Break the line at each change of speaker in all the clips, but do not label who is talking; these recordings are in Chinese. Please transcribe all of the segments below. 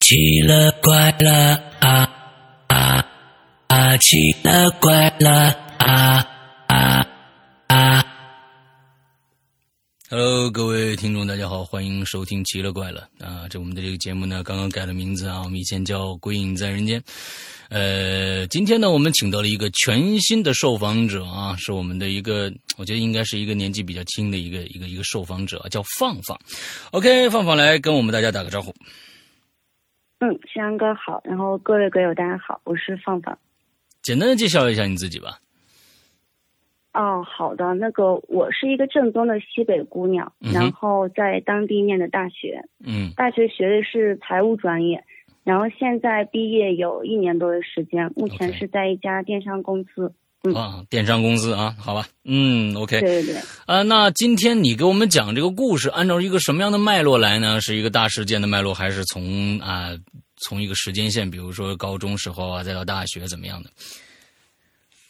奇了怪了啊啊啊！奇了怪了啊啊啊
Hello，各位听众，大家好，欢迎收听《奇了怪了》啊！这我们的这个节目呢，刚刚改了名字啊，我们以前叫《鬼影在人间》。呃，今天呢，我们请到了一个全新的受访者啊，是我们的一个，我觉得应该是一个年纪比较轻的一个一个一个受访者，啊叫放放。OK，放放来跟我们大家打个招呼。
嗯，山羊哥好，然后各位鬼友大家好，我是放放。
简单的介绍一下你自己吧。
哦，好的，那个我是一个正宗的西北姑娘，
嗯哼
然后在当地念的大学，
嗯
大学学的是财务专业，然后现在毕业有一年多的时间，目前
OK
是在一家电商公司。
啊，电商公司啊，好吧，嗯，OK，
对对对，
啊，那今天你给我们讲这个故事，按照一个什么样的脉络来呢？是一个大事件的脉络，还是从啊、从一个时间线，比如说高中时候啊，再到大学怎么样的？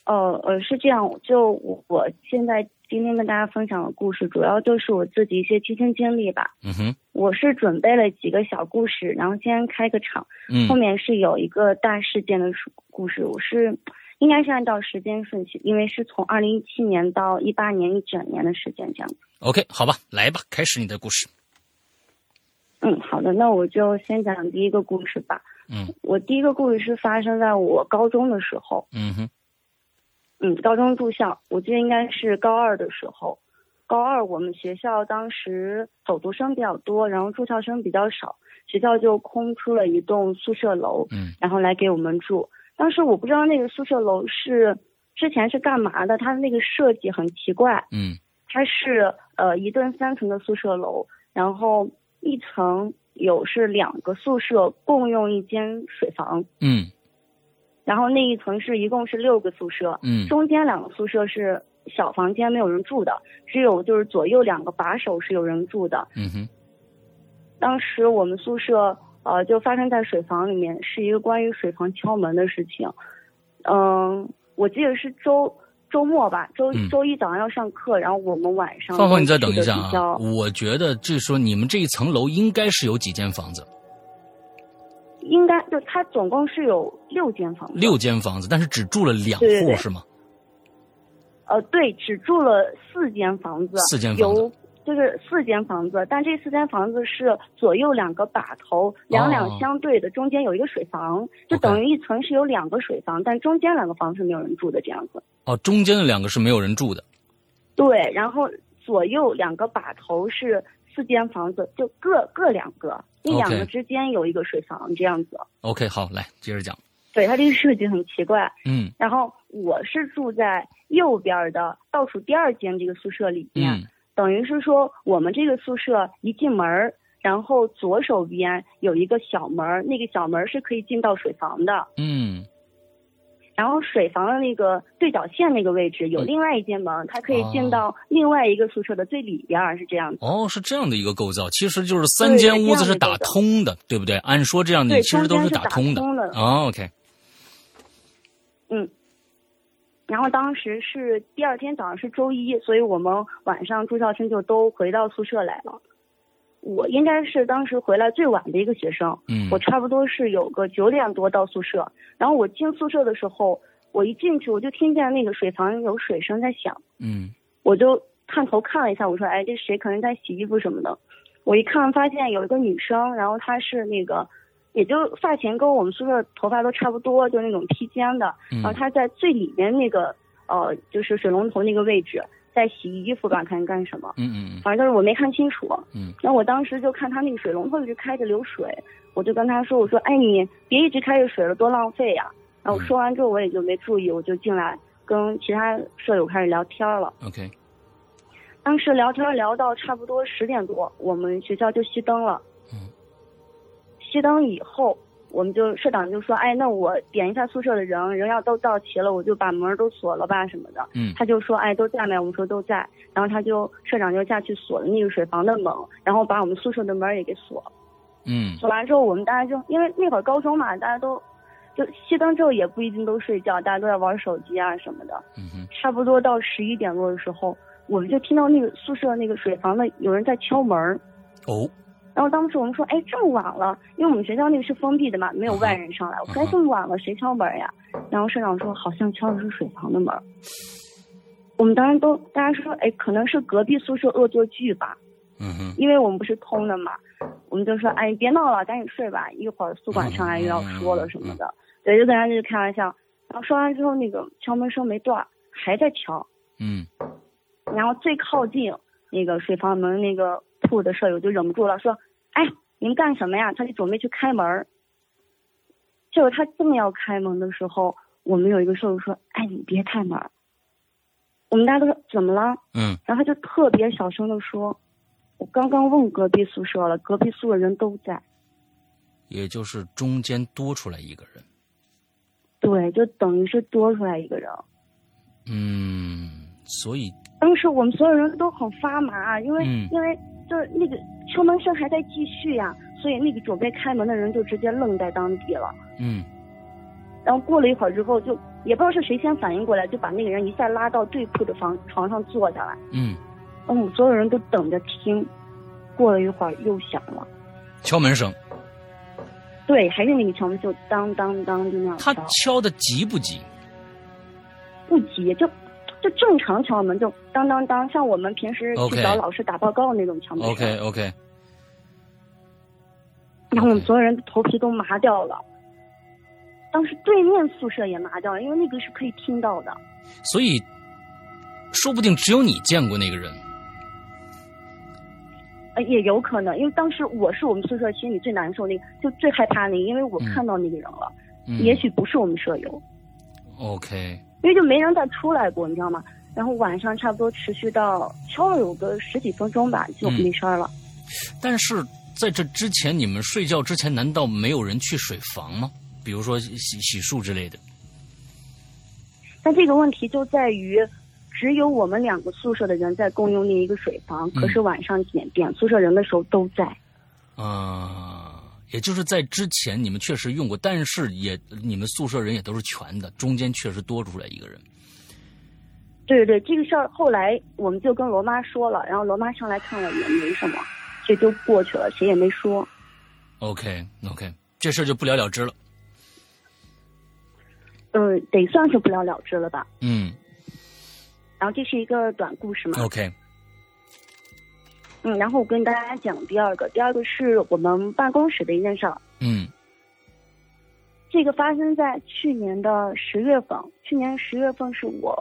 呃呃，是这样，就我我现在今天跟大家分享的故事，主要就是我自己一些亲身经历吧。
嗯哼，
我是准备了几个小故事，然后先开个场。
嗯
后面是有一个大事件的故故事，我是应该是按照时间顺序，因为是从二零一七年到一八年一整年的时间这样子。
，OK，好吧，来吧，开始你的故事。
嗯，好的，那我就先讲第一个故事吧。
嗯
我第一个故事是发生在我高中的时候，
嗯哼，
嗯，高中住校，我记得应该是高二的时候。高二我们学校当时走读生比较多，然后住校生比较少，学校就空出了一栋宿舍楼，
嗯
然后来给我们住。当时我不知道那个宿舍楼是之前是干嘛的，它的那个设计很奇怪，
嗯
它是呃一栋三层的宿舍楼，然后一层有是两个宿舍共用一间水房，
嗯
然后那一层是一共是六个宿舍，
嗯
中间两个宿舍是小房间没有人住的，只有就是左右两个把手是有人住的，
嗯哼，
当时我们宿舍呃就发生在水房里面，是一个关于水房敲门的事情。嗯，我记得是周周末吧，周
嗯
周一早上要上课，然后我们晚上
放放，你
都
再等一
去得
下
比
啊，
较
我觉得这说你们这一层楼应该是有几间房子，
应该就它总共是有六间房子，
六间房子，但是只住了两户
对对对
是吗？
呃对，只住了四间房子，
四间房子
有。就是四间房子，但这四间房子是左右两个把头，两两
哦
相对的，中间有一个水房，就
OK
等于一层是有两个水房，但中间两个房是没有人住的这样子。
哦，中间的两个是没有人住的。
对，然后左右两个把头是四间房子，就各各两个，那
OK
两个之间有一个水房这样子。
OK，好，来接着讲。
对，它这个设计很奇怪。
嗯
然后我是住在右边的倒数第二间这个宿舍里面，
嗯
等于是说我们这个宿舍一进门儿，然后左手边有一个小门儿，那个小门儿是可以进到水房的。
嗯。
然后水房的那个对角线那个位置有
嗯
另外一间门，它可以
哦
进到另外一个宿舍的最里边儿，是这样子。
哦，是这样的一个构造，其实就是三间屋子是打通的，对不对？按说这样你
对，
其实都
中间
是
是打
通的。
通的。
哦，OK，
然后当时是第二天早上是周一，所以我们晚上住校生就都回到宿舍来了。我应该是当时回来最晚的一个学生，
嗯
我差不多是有个九点多到宿舍。然后我进宿舍的时候，我一进去我就听见那个水房有水声在响，
嗯
我就探头看了一下，我说：“哎，这谁可能在洗衣服什么的。”我一看发现有一个女生，然后她是那个，也就发型跟我们宿舍头发都差不多，就那种披肩的。
嗯
然后她在最里面那个呃，就是水龙头那个位置在洗衣服吧，看干什么。
嗯嗯嗯
反正就是我没看清楚。
嗯。
那我当时就看她那个水龙头一直开着流水，我就跟她说：“我说，哎，你别一直开着水了，多浪费呀。”然后
嗯
说完之后，我也就没注意，我就进来跟其他舍友开始聊天了。
，OK，
当时聊天聊到差不多十点多，我们学校就熄灯了。
嗯，
熄灯以后，我们就社长就说：“哎，那我点一下宿舍的人，人要都到齐了，我就把门都锁了吧什么的。”
嗯
他就说：“哎，都在没？”我们说都在。然后他就社长就下去锁了那个水房的门，然后把我们宿舍的门也给锁了。
嗯
锁完之后，我们大家就因为那会儿高中嘛，大家都就熄灯之后也不一定都睡觉，大家都在玩手机啊什么的。
嗯哼
差不多到十一点多的时候，我们就听到那个宿舍那个水房的有人在敲门儿，
哦，
然后当时我们说，哎，这么晚了，因为我们学校那个是封闭的嘛，没有外人
嗯
上来。我说，哎，这么晚了，谁敲门呀？然后社长说，好像敲的是水房的门。我们当时都大家说，哎，可能是隔壁宿舍恶作剧吧，
嗯哼，
因为我们不是通的嘛。我们就说，哎，别闹了，赶紧睡吧，一会儿宿管上来又要说了什么的。对，就跟他就是开玩笑。然后说完之后，那个敲门声没断，还在敲。
嗯
然后最靠近那个水房门那个铺的舍友就忍不住了，说：“哎，你们干什么呀？”他就准备去开门儿。结果他正要开门的时候，我们有一个舍友说：“哎，你别开门儿。”我们大家都说：“怎么了
嗯？”
然后他就特别小声的说：“我刚刚问隔壁宿舍了，隔壁宿舍人都在。
也就是中间多出来一个人。”
对，就等于是多出来一个人。
嗯，所以
当时我们所有人都很发麻，啊因为、
嗯
因为就是那个敲门声还在继续呀、所以那个准备开门的人就直接愣在当地了。
嗯
然后过了一会儿之后就，也不知道是谁先反应过来，就把那个人一下拉到对铺的房床上坐下来。
嗯，
然后我们所有人都等着听。过了一会儿又响了，
敲门声，
对，还是那个敲门，就当当当就那样
他
敲，
敲的急不急？
不急，就就正常敲门，就当当当，像我们平时
OK
去找老师打报告那种敲门声。
OK OK，
然
嗯
后我们所有人头皮都麻掉了。当时对面宿舍也麻掉了，因为那个是可以听到的。
所以说不定只有你见过那个人。
呃，也有可能，因为当时我是我们宿舍心里最难受那个，就最害怕那个，因为我
嗯
看到那个人了，
嗯，
也许不是我们舍友，
OK，
因为就没人再出来过，你知道吗？然后晚上差不多持续到敲了有个十几分钟吧，就
嗯
没声儿了。
但是在这之前，你们睡觉之前难道没有人去水房吗？比如说洗洗漱之类的。
但这个问题就在于，只有我们两个宿舍的人在共用那一个水房，可是晚上点点宿舍人的时候都在。
啊，也就是在之前你们确实用过，但是也你们宿舍人也都是全的，中间确实多出来一个人。
对对，这个事儿后来我们就跟罗妈说了，然后罗妈上来看了也没什么，这就过去了，谁也没说。
OK OK，这事儿就不了了之了。
嗯，得算是不了了之了吧。
嗯
然后这是一个短故事嘛，
，OK，
嗯，然后我跟大家讲第二个，第二个是我们办公室的一件事儿，
嗯
这个发生在去年的十月份，去年十月份是我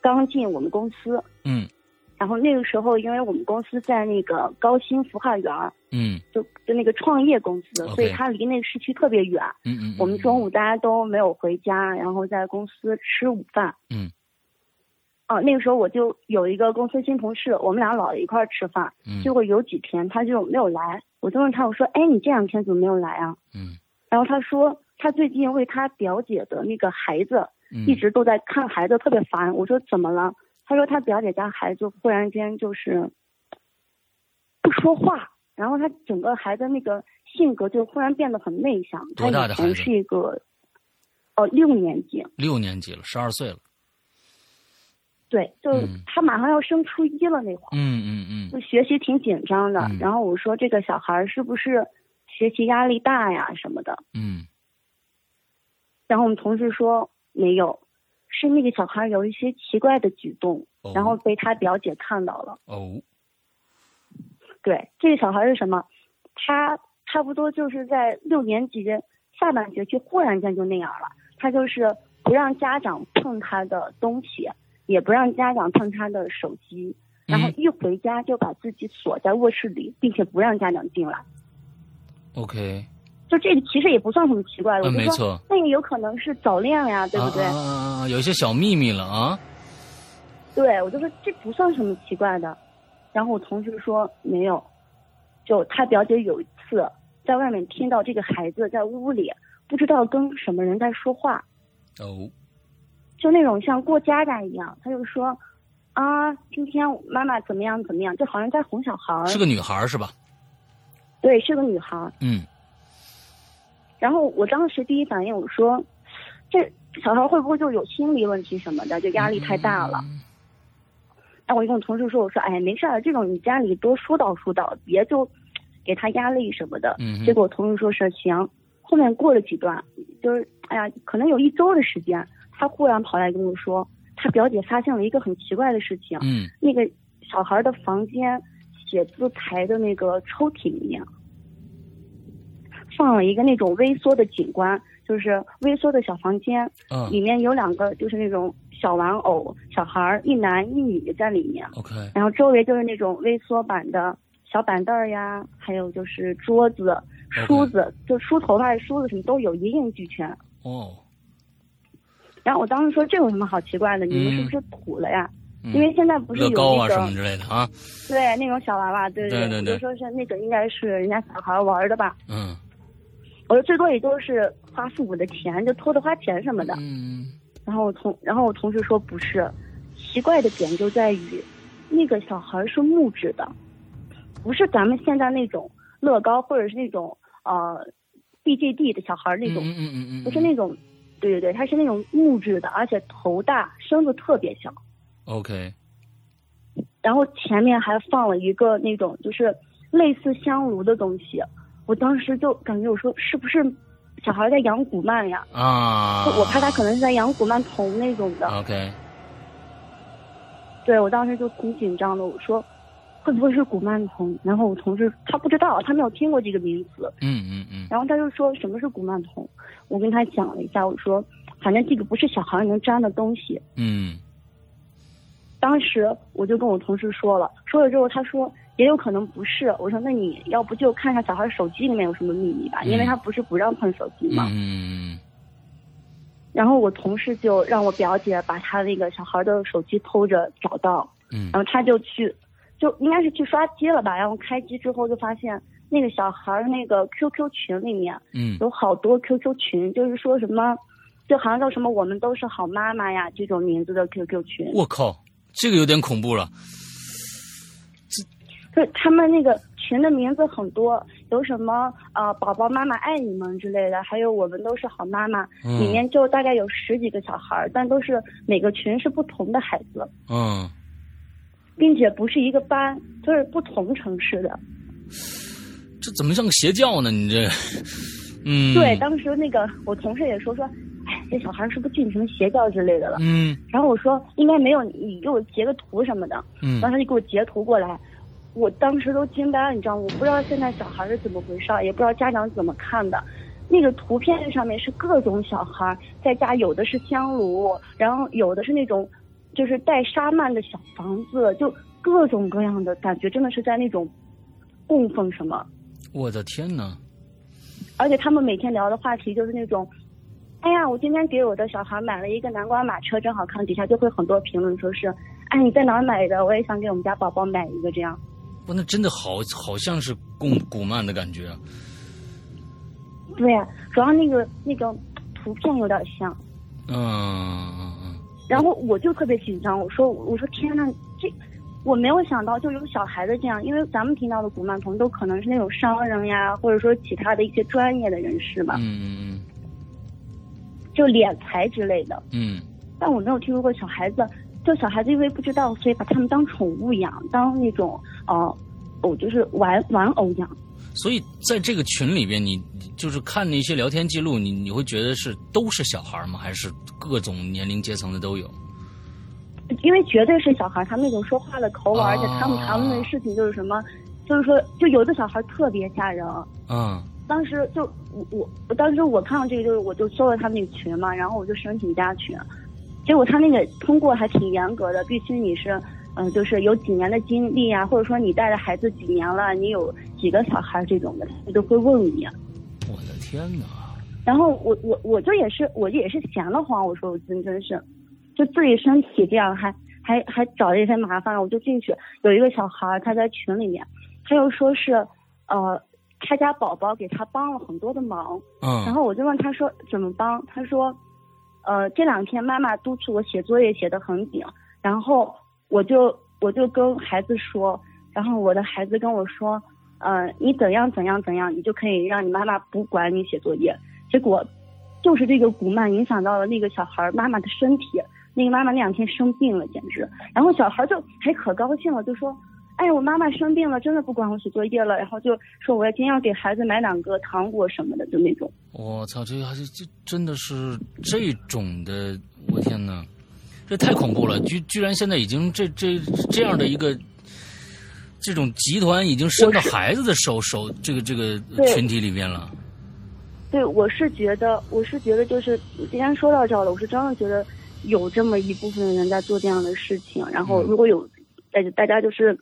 刚进我们公司，
嗯
然后那个时候因为我们公司在那个高新孵化园儿，
嗯
就就那个创业公司，
OK
所以它离那个市区特别远。
嗯嗯，
我们中午大家都没有回家，然后在公司吃午饭。
嗯。
啊，那个时候我就有一个公司新同事，我们俩老一块儿吃饭，
嗯
结果有几天他就没有来，我就问他，我说，哎，你这两天怎么没有来啊？
嗯
然后他说，他最近为他表姐的那个孩子
嗯
一直都在看孩子，特别烦。我说怎么了？他说他表姐家孩子忽然间就是不说话，然后他整个孩子那个性格就忽然变得很内向。
多大的
他以
孩子
前是一个，哦，六年级。
六年级了，十二岁了。
对，就
嗯
他马上要升初一了那会儿，
嗯嗯
就学习挺紧张的。
嗯
然后我说这个小孩儿是不是学习压力大呀什么的？
嗯
然后我们同事说没有，是那个小孩有一些奇怪的举动，
哦
然后被他表姐看到了。
嗯，哦，
对，这个小孩是什么？他差不多就是在六年级下半学期忽然间就那样了，他就是不让家长碰他的东西，也不让家长碰他的手机。然后
嗯
一回家就把自己锁在卧室里，并且不让家长进来。
OK，
就这个其实也不算什么奇怪的，
嗯，
我
没
就说
错，
那个有可能是早恋呀，对不对？
啊啊啊啊，有一些小秘密了啊。
对，我就说这不算什么奇怪的。然后我同事说没有，就他表姐有一次在外面听到这个孩子在屋里不知道跟什么人在说话，
哦，
就那种像过家家一样，他就说啊，今天妈妈怎么样怎么样，就好像在哄小孩儿。
是个女孩儿是吧？
对，是个女孩儿。
嗯
然后我当时第一反应我说，这小孩会不会就有心理问题什么的，就压力太大
嗯
了。哎，我就跟我同事说，我说，哎，没事儿，这种你家里多疏导疏导，别就给他压力什么的。
嗯哼
结果我同事说是行。后面过了几段，就是哎呀，可能有一周的时间，他忽然跑来跟我说，他表姐发现了一个很奇怪的事情，
嗯，
那个小孩的房间写字台的那个抽屉里面，放了一个那种微缩的景观，就是微缩的小房间，
啊
里面有两个就是那种小玩偶，小孩儿一男一女在里面，
，OK，
然后周围就是那种微缩版的小板凳儿呀，还有就是桌子、梳子，就梳头发的梳子什么都有，一应俱全。
哦，
然后我当时说这有什么好奇怪的？你们是不是土了呀？
嗯
因为现在不是有
乐高啊
那
什
个
么之类的啊，
对那种小娃娃，对
对对
对
对
我就说是那个应该是人家小孩儿玩儿的吧。
嗯
我说最多也就是花父母的钱，就偷着花钱什么的。
嗯
然后我同然后我同事说不是，奇怪的点就在于，那个小孩是木质的，不是咱们现在那种乐高或者是那种呃 BJD 的小孩那种，
嗯嗯嗯嗯，
不是那种，对对对，它是那种木质的，而且头大，身子特别小，
OK，
然后前面还放了一个那种就是类似香炉的东西，我当时就感觉我说是不是小孩在养古曼呀？
啊，
我怕他可能是在养古曼童那种的。
OK，
对我当时就挺紧张的，我说会不会是古曼童？然后我同事他不知道，他没有听过这个名词，
嗯嗯嗯
然后他就说什么是古曼童？我跟他讲了一下，我说反正这个不是小孩能沾的东西。
嗯，
当时我就跟我同事说了，说了之后他说也有可能不是，我说那你要不就看一下小孩手机里面有什么秘密吧，因为他不是不让碰手机
嗯
嘛。
嗯
然后我同事就让我表姐把他那个小孩的手机偷着找到，
嗯
然后他就去，就应该是去刷机了吧。然后开机之后就发现那个小孩儿那个 QQ 群里面
嗯
有好多 QQ 群，就是说什么，就好像叫什么“我们都是好妈妈呀”这种名字的 QQ 群
嗯，。我靠，这个有点恐怖了，
就他们那个群的名字很多，有什么呃“宝宝妈妈爱你们”之类的，还有“我们都是好妈妈”，
嗯
里面就大概有十几个小孩儿，但都是每个群是不同的孩子，
嗯，
并且不是一个班，就是不同城市的。
这怎么像个邪教呢？你这，嗯，
对，当时那个我同事也说说，哎，这小孩儿是不是进什么邪教之类的了？
嗯
然后我说应该没有，你给我截个图什么的。
嗯
然后他就给我截图过来，我当时都惊呆了，你知道吗？我不知道现在小孩儿是怎么回事儿，也不知道家长怎么看的。那个图片上面是各种小孩儿在家，有的是香炉，然后有的是那种就是带纱幔的小房子，就各种各样的感觉，真的是在那种供奉什么。
我的天哪，
而且他们每天聊的话题就是那种，哎呀，我今天给我的小孩买了一个南瓜马车，真好看。底下就会很多评论说是，哎，你在哪儿买的？我也想给我们家宝宝买一个这样。
哇，那真的好好像是供古曼的感觉啊，
对呀、主要那个那个图片有点像。
嗯嗯嗯
然后我就特别紧张，我说我说天呐，这我没有想到就有小孩子这样，因为咱们听到的古曼童都可能是那种商人呀，或者说其他的一些专业的人士嘛，
嗯
就敛财之类的。
嗯嗯
但我没有听说过小孩子，就小孩子因为不知道，所以把他们当宠物养，当那种呃，偶就是玩玩偶养。
嗯，所以在这个群里边，你你就是看那些聊天记录，你你会觉得是都是小孩吗？还是各种年龄阶层的都有？
因为绝对是小孩，他们那种说话的口吻，
啊
而且他们谈论的事情就是什么，就是说，就有的小孩特别吓人。啊
嗯
当时就我我我当时我看到这个，就是我就搜了他们那个群嘛，然后我就申请加群，结果他那个通过还挺严格的，必须你是嗯、呃就是有几年的经历啊，或者说你带着孩子几年了，你有几个小孩这种的，他都会问你。啊
我的天哪！
然后我我我就也是我也是闲得慌，我说我真真是，就自己身体这样还还还找这些麻烦，我就进去。有一个小孩儿他在群里面，他又说是呃他家宝宝给他帮了很多的忙，
嗯，
然后我就问他说怎么帮，他说呃这两天妈妈督促我写作业写得很紧，然后我就我就跟孩子说，然后我的孩子跟我说，呃，你怎样怎样怎样，你就可以让你妈妈不管你写作业。结果就是这个古曼影响到了那个小孩儿妈妈的身体，那个妈妈那两天生病了，简直。然后小孩就还可高兴了，就说：“哎，我妈妈生病了，真的不管我写作业了，然后就说我要今天要给孩子买两个糖果什么的，就那种。
我操，这还是这真的是这种的，我天哪，这太恐怖了！居居然现在已经这这这样的一个这种集团已经伸到孩子的手手这个这个
对
群体里面了。
对，我是觉得，我是觉得，就是既然说到这儿了，我是真的觉得有这么一部分人在做这样的事情。然
嗯
后，如果有大家大家就是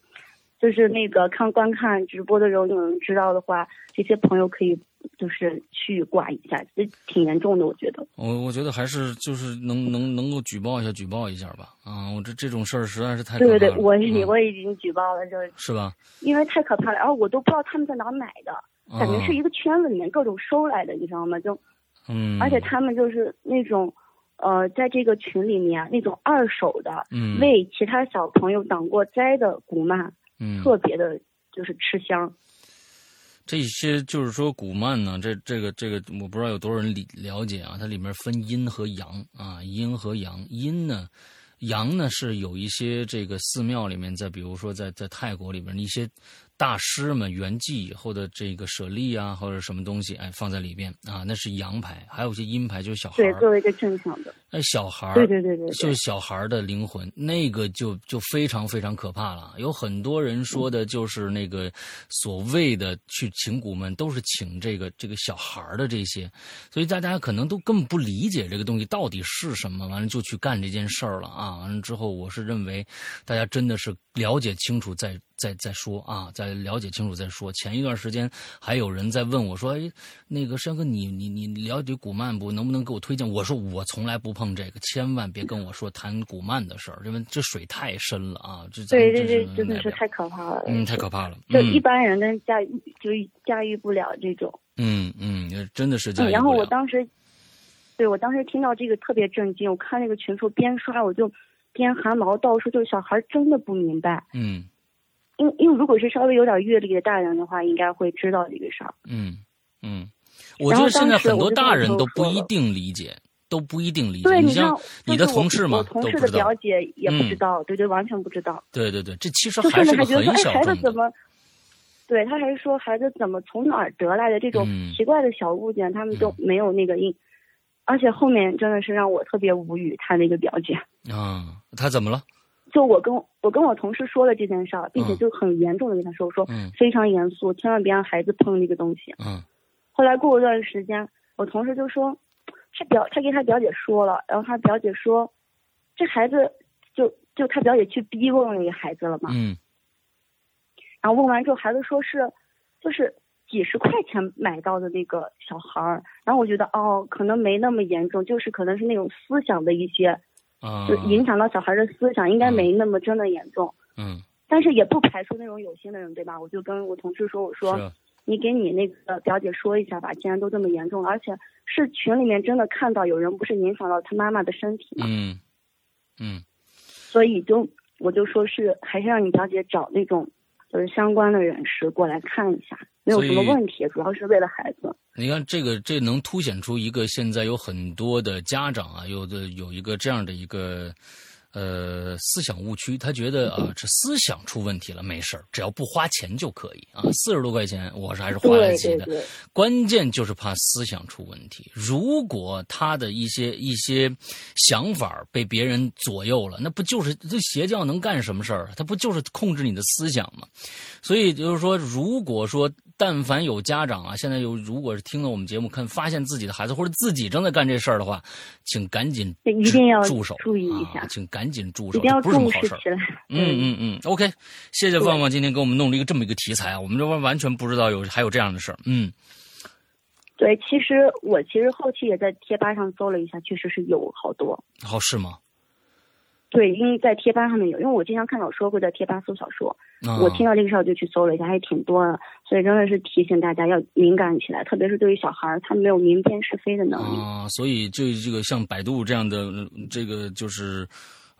就是那个看观看直播的时候有人知道的话，这些朋友可以就是去挂一下，这挺严重的，我觉得。
我我觉得还是就是能能能够举报一下，举报一下吧。啊，我这这种事儿实在是太可
对
怕
对
了。
对，我已
嗯
我已经举报了，就是
是吧？
因为太可怕了，然后我都不知道他们在哪儿买的，感觉
啊
是一个圈子里面各种收来的，你知道吗？就
嗯，
而且他们就是那种，呃，在这个群里面啊那种二手的，
嗯
为其他小朋友挡过灾的姑妈，
嗯
特别的就是吃香。
这些就是说古曼呢，这这个这个，我不知道有多少人理了解啊。它里面分阴和阳啊，阴和阳。阴呢，阳呢是有一些这个寺庙里面，在比如说在在泰国里面一些大师们圆寂以后的这个舍利啊，或者什么东西，哎，放在里边啊，那是阳牌。还有一些阴牌，就是小孩
对，作
儿，
为一个正常的，
哎，小孩儿，
对对对对
就是，
对
小孩儿的灵魂，那个就就非常非常可怕了。有很多人说的就是那个所谓的去请骨们，都是请这个这个小孩儿的这些，所以大家可能都根本不理解这个东西到底是什么，完了就去干这件事儿了啊。完了之后，我是认为大家真的是了解清楚再再再说啊，再了解清楚再说。前一段时间还有人在问我说：“哎，那个山哥，你你你你了解古曼不？能不能给我推荐？”我说：“我从来不碰这个，千万别跟我说谈古曼的事儿，因为这水太深了啊！”这咱
对
们
对
真
对，
是
真的
来
是
不了
太可怕了。
嗯太可怕了，
就一
嗯
般人跟驾驭就驾驭不了这种。
嗯嗯，真的是这样。
嗯，然后我当时，对我当时听到这个特别震惊，我看那个群时候边刷我就边汗毛倒竖，就是小孩真的不明白。
嗯
因因为如果是稍微有点阅历的大人的话，应该会知道这个事儿。
嗯嗯，我觉
然后
得现在
当时
很
我
多
就
大
跟我
人
朋
都
友
不
说
一
了
定理解，都不一定理解。
对，
你
知
像
道，
你
就
的
是
同事
我
嘛
我同
都
事
不
的
知道
表。姐也不
嗯
知道，对对，完全不知道，
对对对，这其实
就
还
甚至
个
还觉得
很
说，哎，
小
孩
众
子
的
怎。么？对，他还说孩子怎么从哪儿得来的这种
嗯
奇怪的小物件，他们都没有那个印，而且后面真的是让我特别无语。他那个表姐，
啊，他怎么了？
就我跟我跟我同事说了这件事儿，并且
嗯
就很严重的跟他说，我说
嗯
非常严肃，千万别让孩子碰那个东西。
嗯
后来过一段时间，我同事就说，他表他跟他表姐说了，然后他表姐说，这孩子就就他表姐去逼问那个孩子了嘛，
嗯
然后问完之后，孩子说是就是几十块钱买到的那个小孩儿，然后我觉得哦，可能没那么严重，就是可能是那种思想的一些，
啊，
就影响到小孩的思想，应该
嗯
没那么真的严重。
嗯，
但是也不排除那种有心的人，对吧？我就跟我同事说，我
是
说，
啊
你给你那个表姐说一下吧，既然都这么严重了，而且是群里面真的看到有人不是影响到他妈妈的身体嘛，
嗯嗯
所以就我就说是还是让你表姐找那种就是相关的人士过来看一下，没有什么
所以
问题，主要是为了孩子。
你看这个，这能凸显出一个现在有很多的家长啊，有的有一个这样的一个呃思想误区，他觉得啊，这思想出问题了没事儿，只要不花钱就可以啊，四十多块钱我是还是花得
对
起
对
的。
对，
关键就是怕思想出问题。如果他的一些一些想法被别人左右了，那不就是这邪教能干什么事儿啊？他不就是控制你的思想吗？所以就是说，如果说但凡有家长啊，现在有如果是听了我们节目，看发现自己的孩子或者自己正在干这事儿的话，请赶紧
对一定要
住手，
注意一下
啊，请赶紧住
一
手，
定要
这不是什
重
么好
视
事儿。
起来。
嗯嗯嗯，OK，谢谢
对
旺旺今天给我们弄了一个这么一个题材啊，我们这边完全不知道有还有这样的事儿，嗯。
对，其实我其实后期也在贴吧上搜了一下，确实是有好多。
哦，是吗？
对，因为在贴吧上面有，因为我经常看小说会在贴吧搜小说，
啊、
我听到这个事儿我就去搜了一下，还挺多的，所以真的是提醒大家要敏感起来，特别是对于小孩儿，他没有明辨是非的能力。
啊，所以这这个像百度这样的，呃这个就是，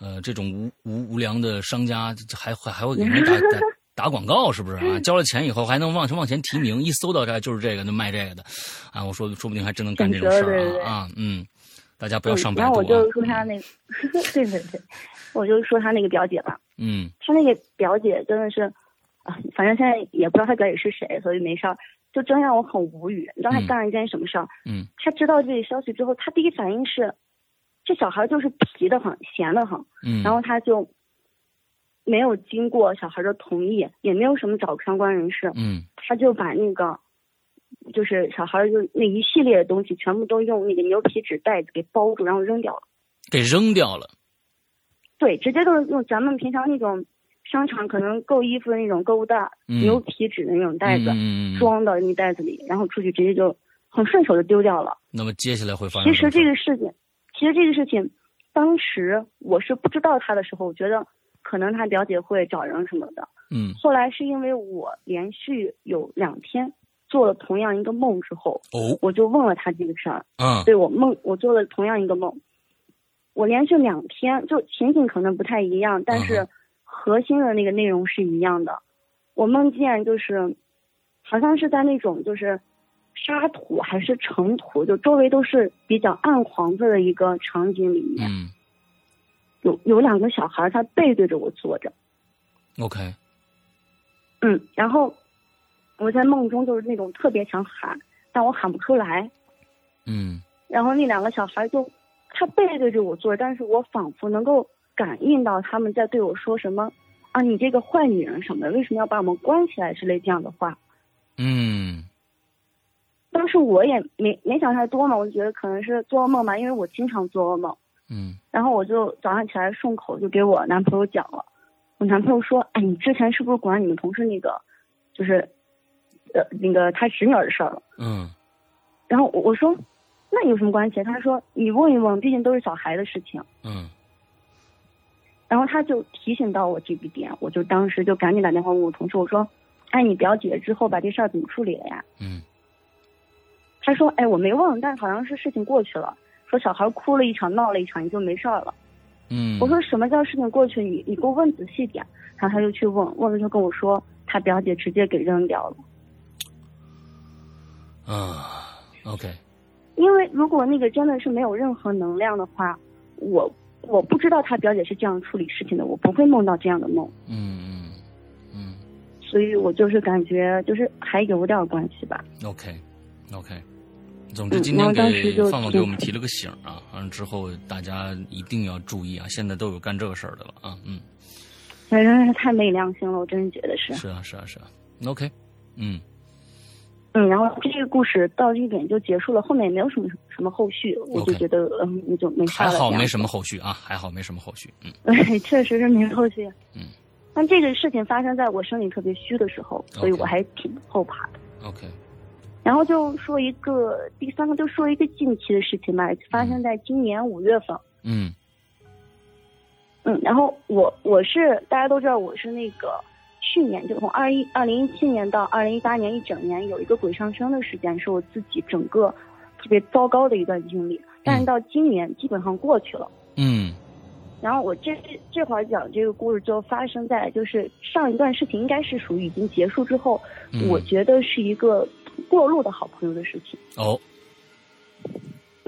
呃，这种无无无良的商家还还还会给人打打 打广告，是不是啊？交了钱以后还能往往前提名，一搜到这儿就是这个，那卖这个的，啊，我说说不定还真能干这种事
对
儿
对对
啊啊，嗯，大家不要
嗯，
上百
然后
度
我就说
啊
他，那个，对对对，我就说他那个表姐吧，
嗯
他那个表姐真的是，啊，反正现在也不知道他表姐是谁，所以没事儿。就真让我很无语。你知道他干了一件什么事儿？
嗯，
他知道这个消息之后，他第一反应是，这小孩就是皮得很，闲得很。
嗯，
然后他就没有经过小孩的同意，也没有什么找相关人士，
嗯
他就把那个就是小孩儿就那一系列的东西全部都用那个牛皮纸袋子给包住，然后扔掉了。
给扔掉了。
对，直接都是用咱们平常那种商场可能购衣服的那种购物袋，
嗯
牛皮纸的那种袋子、
嗯嗯嗯嗯。
装到那袋子里，然后出去直接就很顺手就丢掉了。
那么接下来会发
其
生什么
实
事？
这个事情，其实这个事情，当时我是不知道他的时候，我觉得可能他表姐会找人什么的。
嗯
后来是因为我连续有两天做了同样一个梦之后，
哦
我就问了他这个事儿。
啊
对我梦，我做了同样一个梦，我连续两天，就情景可能不太一样，但
嗯
是核心的那个内容是一样的。我梦见就是，好像是在那种就是沙土还是尘土，就周围都是比较暗黄色的一个场景里面，
嗯
有有两个小孩儿，他背对着我坐着，
OK
嗯，然后我在梦中就是那种特别想喊，但我喊不出来，
嗯
然后那两个小孩就他背对着我坐，但是我仿佛能够感应到他们在对我说什么啊，你这个坏女人什么的，为什么要把我们关起来之类这样的话。
嗯
当时我也没没想太多嘛，我就觉得可能是做噩梦吧，因为我经常做噩梦。
嗯
然后我就早上起来顺口就给我男朋友讲了，我男朋友说：“哎，你之前是不是管你们同事那个，就是，呃，那个他侄女儿的事儿了？”
嗯
然后我我说：“那有什么关系？”他说：“你问一问，毕竟都是小孩的事情。”
嗯
然后他就提醒到我这个点，我就当时就赶紧打电话问我同事，我说：“哎，你表姐之后把这事儿怎么处理了呀
嗯？”
他说：“哎，我没问，但好像是事情过去了，说小孩哭了一场，闹了一场，也就没事儿了。”
嗯，
我说：“什么叫事情过去？你你给我问仔细点。”然后他就去问，问了就跟我说，他表姐直接给扔掉了。
啊 OK
因为如果那个真的是没有任何能量的话，我我不知道他表姐是这样处理事情的，我不会梦到这样的梦，
嗯嗯嗯。
所以我就是感觉就是还有点关系吧。
OK OK，总之
嗯
今
然
天
后当
给
时就
放放
挺
给我们提了个醒儿啊，完了之后大家一定要注意啊，现在都有干这个事儿的了啊，嗯，
哎，真是太没良心了，我真是觉得是。
是啊是啊是啊，OK，嗯
嗯，然后这个故事到这一点就结束了，后面也没有什么什么后续，我就
OK
觉得嗯，你就没事
还
了。
好没
么。
什么后续啊，还好没什么后续，嗯
对， 确实是没有后续。
嗯。
但这个事情发生在我生理特别虚的时候，所以
OK
我还挺后怕的。
OK，
然后就说一个第三个，就说一个近期的事情吧，发生在今年五月份。
嗯
嗯，然后我我是大家都知道我是那个去年就从二一二零一七年到二零一八年一整年有一个鬼上身的事件，是我自己整个特别糟糕的一段经历，但是到今年基本上过去了。
嗯
然后我这这会儿讲这个故事就发生在就是上一段事情应该是属于已经结束之后，
嗯
我觉得是一个过路的好朋友的事情。
哦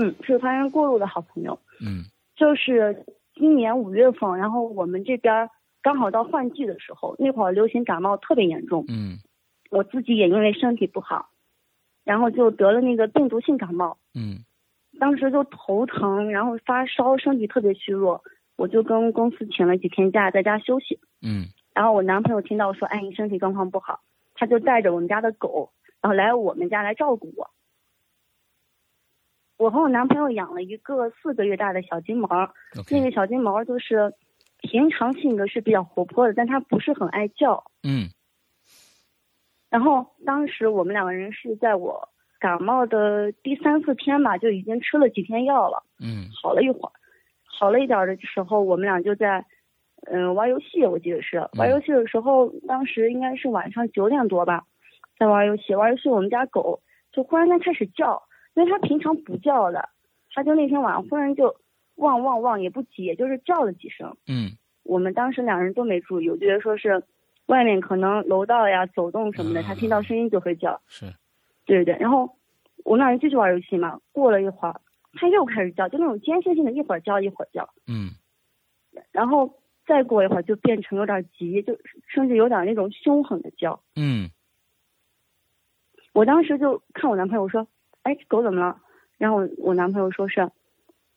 嗯，是发生过路的好朋友。
嗯
就是今年五月份，然后我们这边儿刚好到换季的时候，那会儿流行感冒特别严重，
嗯
我自己也因为身体不好，然后就得了那个病毒性感冒，
嗯
当时就头疼，然后发烧，身体特别虚弱，我就跟公司请了几天假，在家休息。
嗯
然后我男朋友听到说，哎，你身体状况不好，他就带着我们家的狗，然后来我们家来照顾我。我和我男朋友养了一个四个月大的小金毛儿，那
，OK，
个小金毛就是平常性格是比较活泼的，但它不是很爱叫。
嗯
然后当时我们两个人是在我感冒的第三四天吧，就已经吃了几天药了，
嗯
好了一会儿，好了一点儿的时候，我们俩就在嗯、玩游戏，我记得是玩游戏的时候，当时应该是晚上九点多吧，在玩游戏，玩游戏我们家狗就忽然间开始叫，因为它平常不叫的，它就那天晚上忽然就汪汪汪也不急，也就是叫了几声。
嗯
我们当时两人都没注意，我觉得说是外面可能楼道呀、走动什么的，
嗯
他听到声音就会叫，
是
对对对。然后我们俩就继续玩游戏嘛，过了一会儿，他又开始叫，就那种间歇性的，一会儿叫一会儿叫。
嗯
然后再过一会儿就变成有点急，就甚至有点那种凶狠的叫。
嗯
我当时就看我男朋友说：“哎，这狗怎么了？”然后我我男朋友说是：“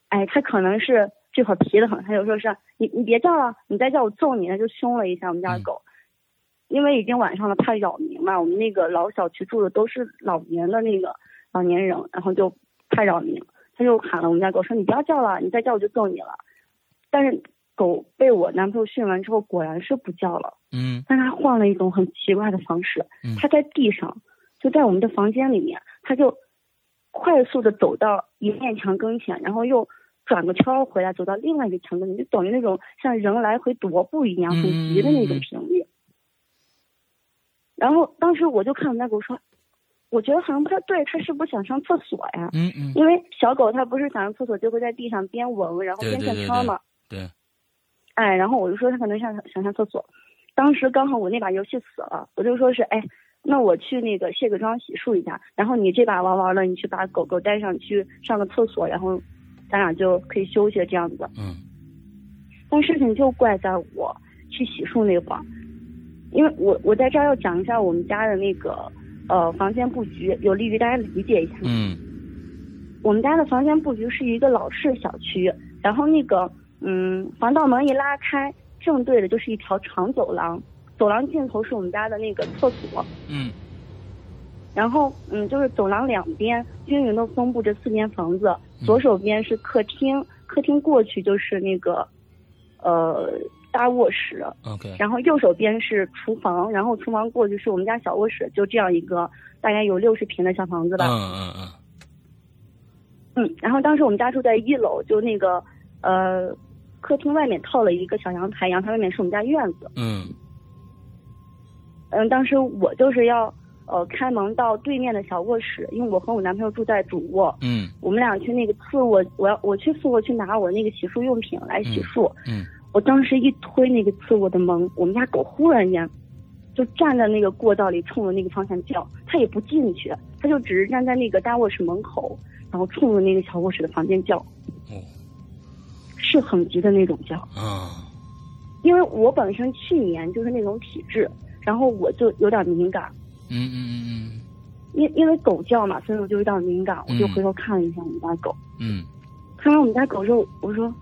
哎，它可能是这会儿皮得很。”他就说是：“你你别叫了，你再叫我揍你！”他就凶了一下我们家的狗，因为已经晚上了，怕扰民嘛。我们那个老小区住的都是老年的那个老年人，然后就怕扰民，他就喊了我们家狗说：“你不要叫了，你再叫我就揍你了。”但是狗被我男朋友训完之后，果然是不叫了。
嗯
但他换了一种很奇怪的方式
嗯，
他在地上，就在我们的房间里面，他就快速的走到一面墙跟前，然后又转个圈儿回来，走到另外一个墙跟前，就等于那种像人来回踱步一样，很急的那
嗯
种频率。然后当时我就看我们家狗说，我觉得好像不太对，它是不是想上厕所呀？
嗯嗯，
因为小狗它不是想上厕所就会在地上边闻，然后
对
边
对
转
对
圈儿嘛。
对，
哎，然后我就说他可能想想上厕所，当时刚好我那把游戏死了，我就说是哎，那我去那个卸个妆洗漱一下，然后你这把玩完了，你去把狗狗带上去上个厕所，然后咱俩就可以休息这样子。
嗯
但事情就怪在我去洗漱那会儿，因为我我在这儿要讲一下我们家的那个呃房间布局，有利于大家理解一下。
嗯
我们家的房间布局是一个老式小区，然后那个嗯，防盗门一拉开，正对的就是一条长走廊，走廊尽头是我们家的那个厕所，
嗯
然后嗯，就是走廊两边均匀的分布着四间房子，左手边是客厅，客厅过去就是那个呃大卧室，
，OK，
然后右手边是厨房，然后厨房过去是我们家小卧室，就这样一个大概有六十平的小房子吧。
嗯嗯嗯
嗯，然后当时我们家住在一楼，就那个呃客厅外面套了一个小阳台，阳台外面是我们家院子。
嗯
嗯，当时我就是要呃开门到对面的小卧室，因为我和我男朋友住在主卧，
嗯
我们俩去那个次卧，我要我去次卧去拿我那个洗漱用品来洗漱。
嗯
我当时一推那个次卧的门，我们家狗忽然间就站在那个过道里，冲着那个方向叫，它也不进去，它就只是站在那个大卧室门口，然后冲着那个小卧室的房间叫。
哦
是很急的那种叫，
啊
因为我本身去年就是那种体质，然后我就有点敏感，
嗯嗯
因因为狗叫嘛，所以我就有点敏感，我
嗯
就回头看了一下我们家狗，
嗯嗯
看完我们家狗之后，我说，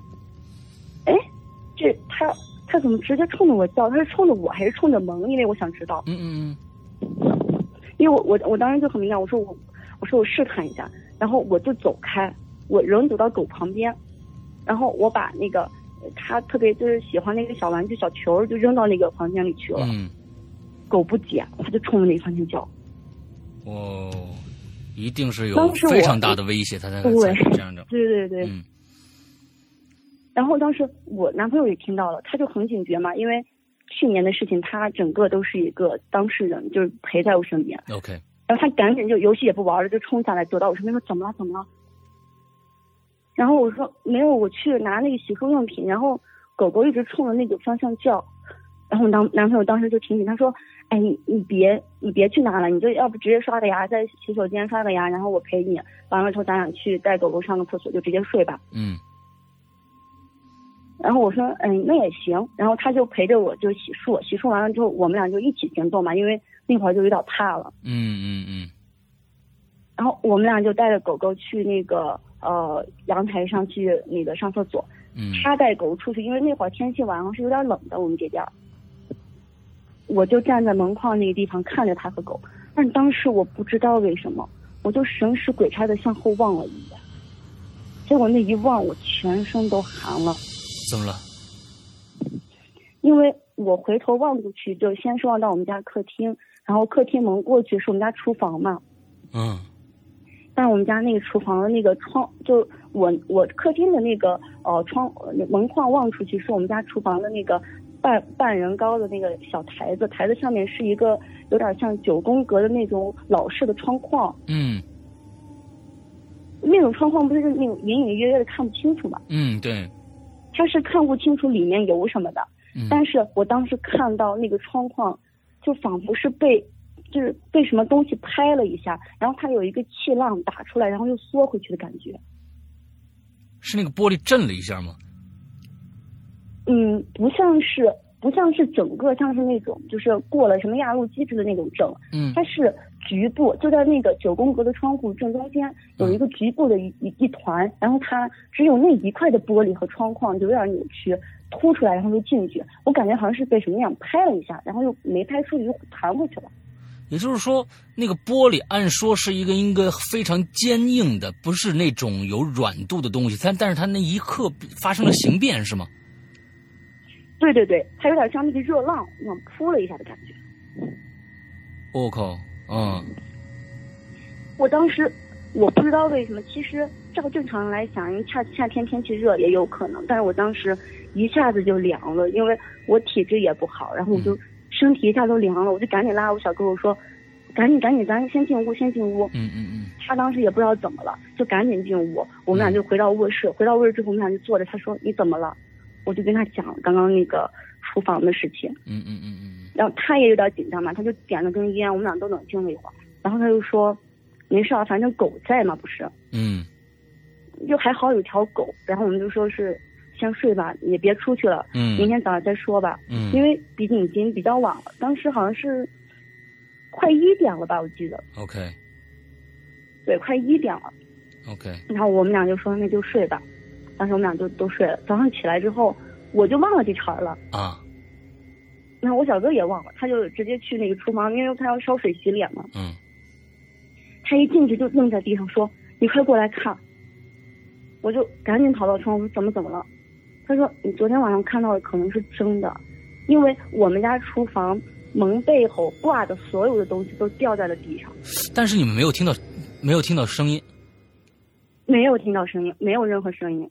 哎，这它它怎么直接冲着我叫？它是冲着我还是冲着门？因为我想知道，
嗯嗯
因为我我我当时就很敏感，我说我我说我试探一下，然后我就走开，我人走到狗旁边，然后我把那个呃它特别就是喜欢那个小玩具小球儿就扔到那个房间里去了。
嗯，
狗不捡，它就冲着那个方向叫。
哦，一定是有非常大的威胁，他才才这样整。
对对对。
嗯
然后当时我男朋友也听到了，他就很警觉嘛，因为去年的事情，他整个都是一个当事人，就是陪在我身边。
，OK，
然后他赶紧就游戏也不玩了，就冲下来走到我身边说：“怎么了？怎么了？”然后我说：“没有，我去拿那个洗漱用品。”然后狗狗一直冲着那个方向叫。然后我男男朋友当时就提醒他说：“哎，你你别你别去拿了，你就要不直接刷个牙，在洗手间刷个牙，然后我陪你。完了之后，咱俩去带狗狗上个厕所，就直接睡吧。”
嗯
然后我说，嗯，那也行。然后他就陪着我就洗漱，洗漱完了之后，我们俩就一起行动嘛，因为那会儿就有点怕了。
嗯嗯嗯
然后我们俩就带着狗狗去那个呃阳台上去那个上厕所，
嗯
他带狗出去，因为那会儿天气晚上是有点冷的，我们这边儿。我就站在门框那个地方看着他和狗，但是当时我不知道为什么，我就神使鬼差的向后望了一眼，结果那一望我全身都寒了。
怎么了？
因为我回头望过去，就先是望到我们家客厅，然后客厅门过去是我们家厨房嘛。
嗯
但是我们家那个厨房的那个窗，就我我客厅的那个呃窗呃门框望出去是我们家厨房的那个半半人高的那个小台子，台子上面是一个有点像九宫格的那种老式的窗框，
嗯
那种窗框不是那种隐隐约约的看不清楚嘛，
嗯，对，
它是看不清楚里面有什么的，
嗯
但是我当时看到那个窗框，就仿佛是被，就是被什么东西拍了一下，然后它有一个气浪打出来，然后又缩回去的感觉。
是那个玻璃震了一下吗？
嗯，不像是不像是整个像是那种就是过了什么压路机制的那种症，
嗯
它是局部，就在那个九宫格的窗户正中间有一个局部的一一一团，然后它只有那一块的玻璃和窗框有点扭曲凸出来，然后就进去，我感觉好像是被什么样拍了一下，然后又没拍出去，又弹回去了。
也就是说，那个玻璃按说是一个应该非常坚硬的，不是那种有软度的东西，但但是它那一刻发生了形变，是吗？
对对对，它有点像那个热浪那样扑了一下的感觉。
我、靠，嗯
我当时我不知道为什么，其实照正常人来讲，因为夏夏天天气热也有可能，但是我当时一下子就凉了，因为我体质也不好，然后我就身体一下都凉了，我就赶紧拉我小哥哥说，赶紧赶紧，咱先进屋，先进屋。
嗯嗯嗯，
他当时也不知道怎么了，就赶紧进屋，我们俩就回到卧室，回到卧室之后，我们俩就坐着，他说你怎么了？我就跟他讲刚刚那个厨房的事情。
嗯嗯嗯嗯
然后他也有点紧张嘛，他就点了根烟，我们俩都冷静了一会儿，然后他就说，没事啊，反正狗在嘛，不是，
嗯
就还好有条狗，然后我们就说是先睡吧，也别出去了，
嗯，
明天早上再说吧，
嗯，
因为毕竟已经比较晚了，当时好像是快一点了吧，我记得，
OK
对，快一点了，
OK，
然后我们俩就说那就睡吧，当时我们俩就都睡了，早上起来之后我就忘了这茬儿了。
啊，
然后我小哥也忘了，他就直接去那个厨房，因为他要烧水洗脸嘛。
嗯
他一进去就愣在地上说：“你快过来看！”我就赶紧跑到窗户，怎么怎么了？他说：“你昨天晚上看到的可能是真的，因为我们家厨房门背后挂的所有的东西都掉在了地上，
但是你们没有听到，没有听到声音，
没有听到声音，没有任何声音，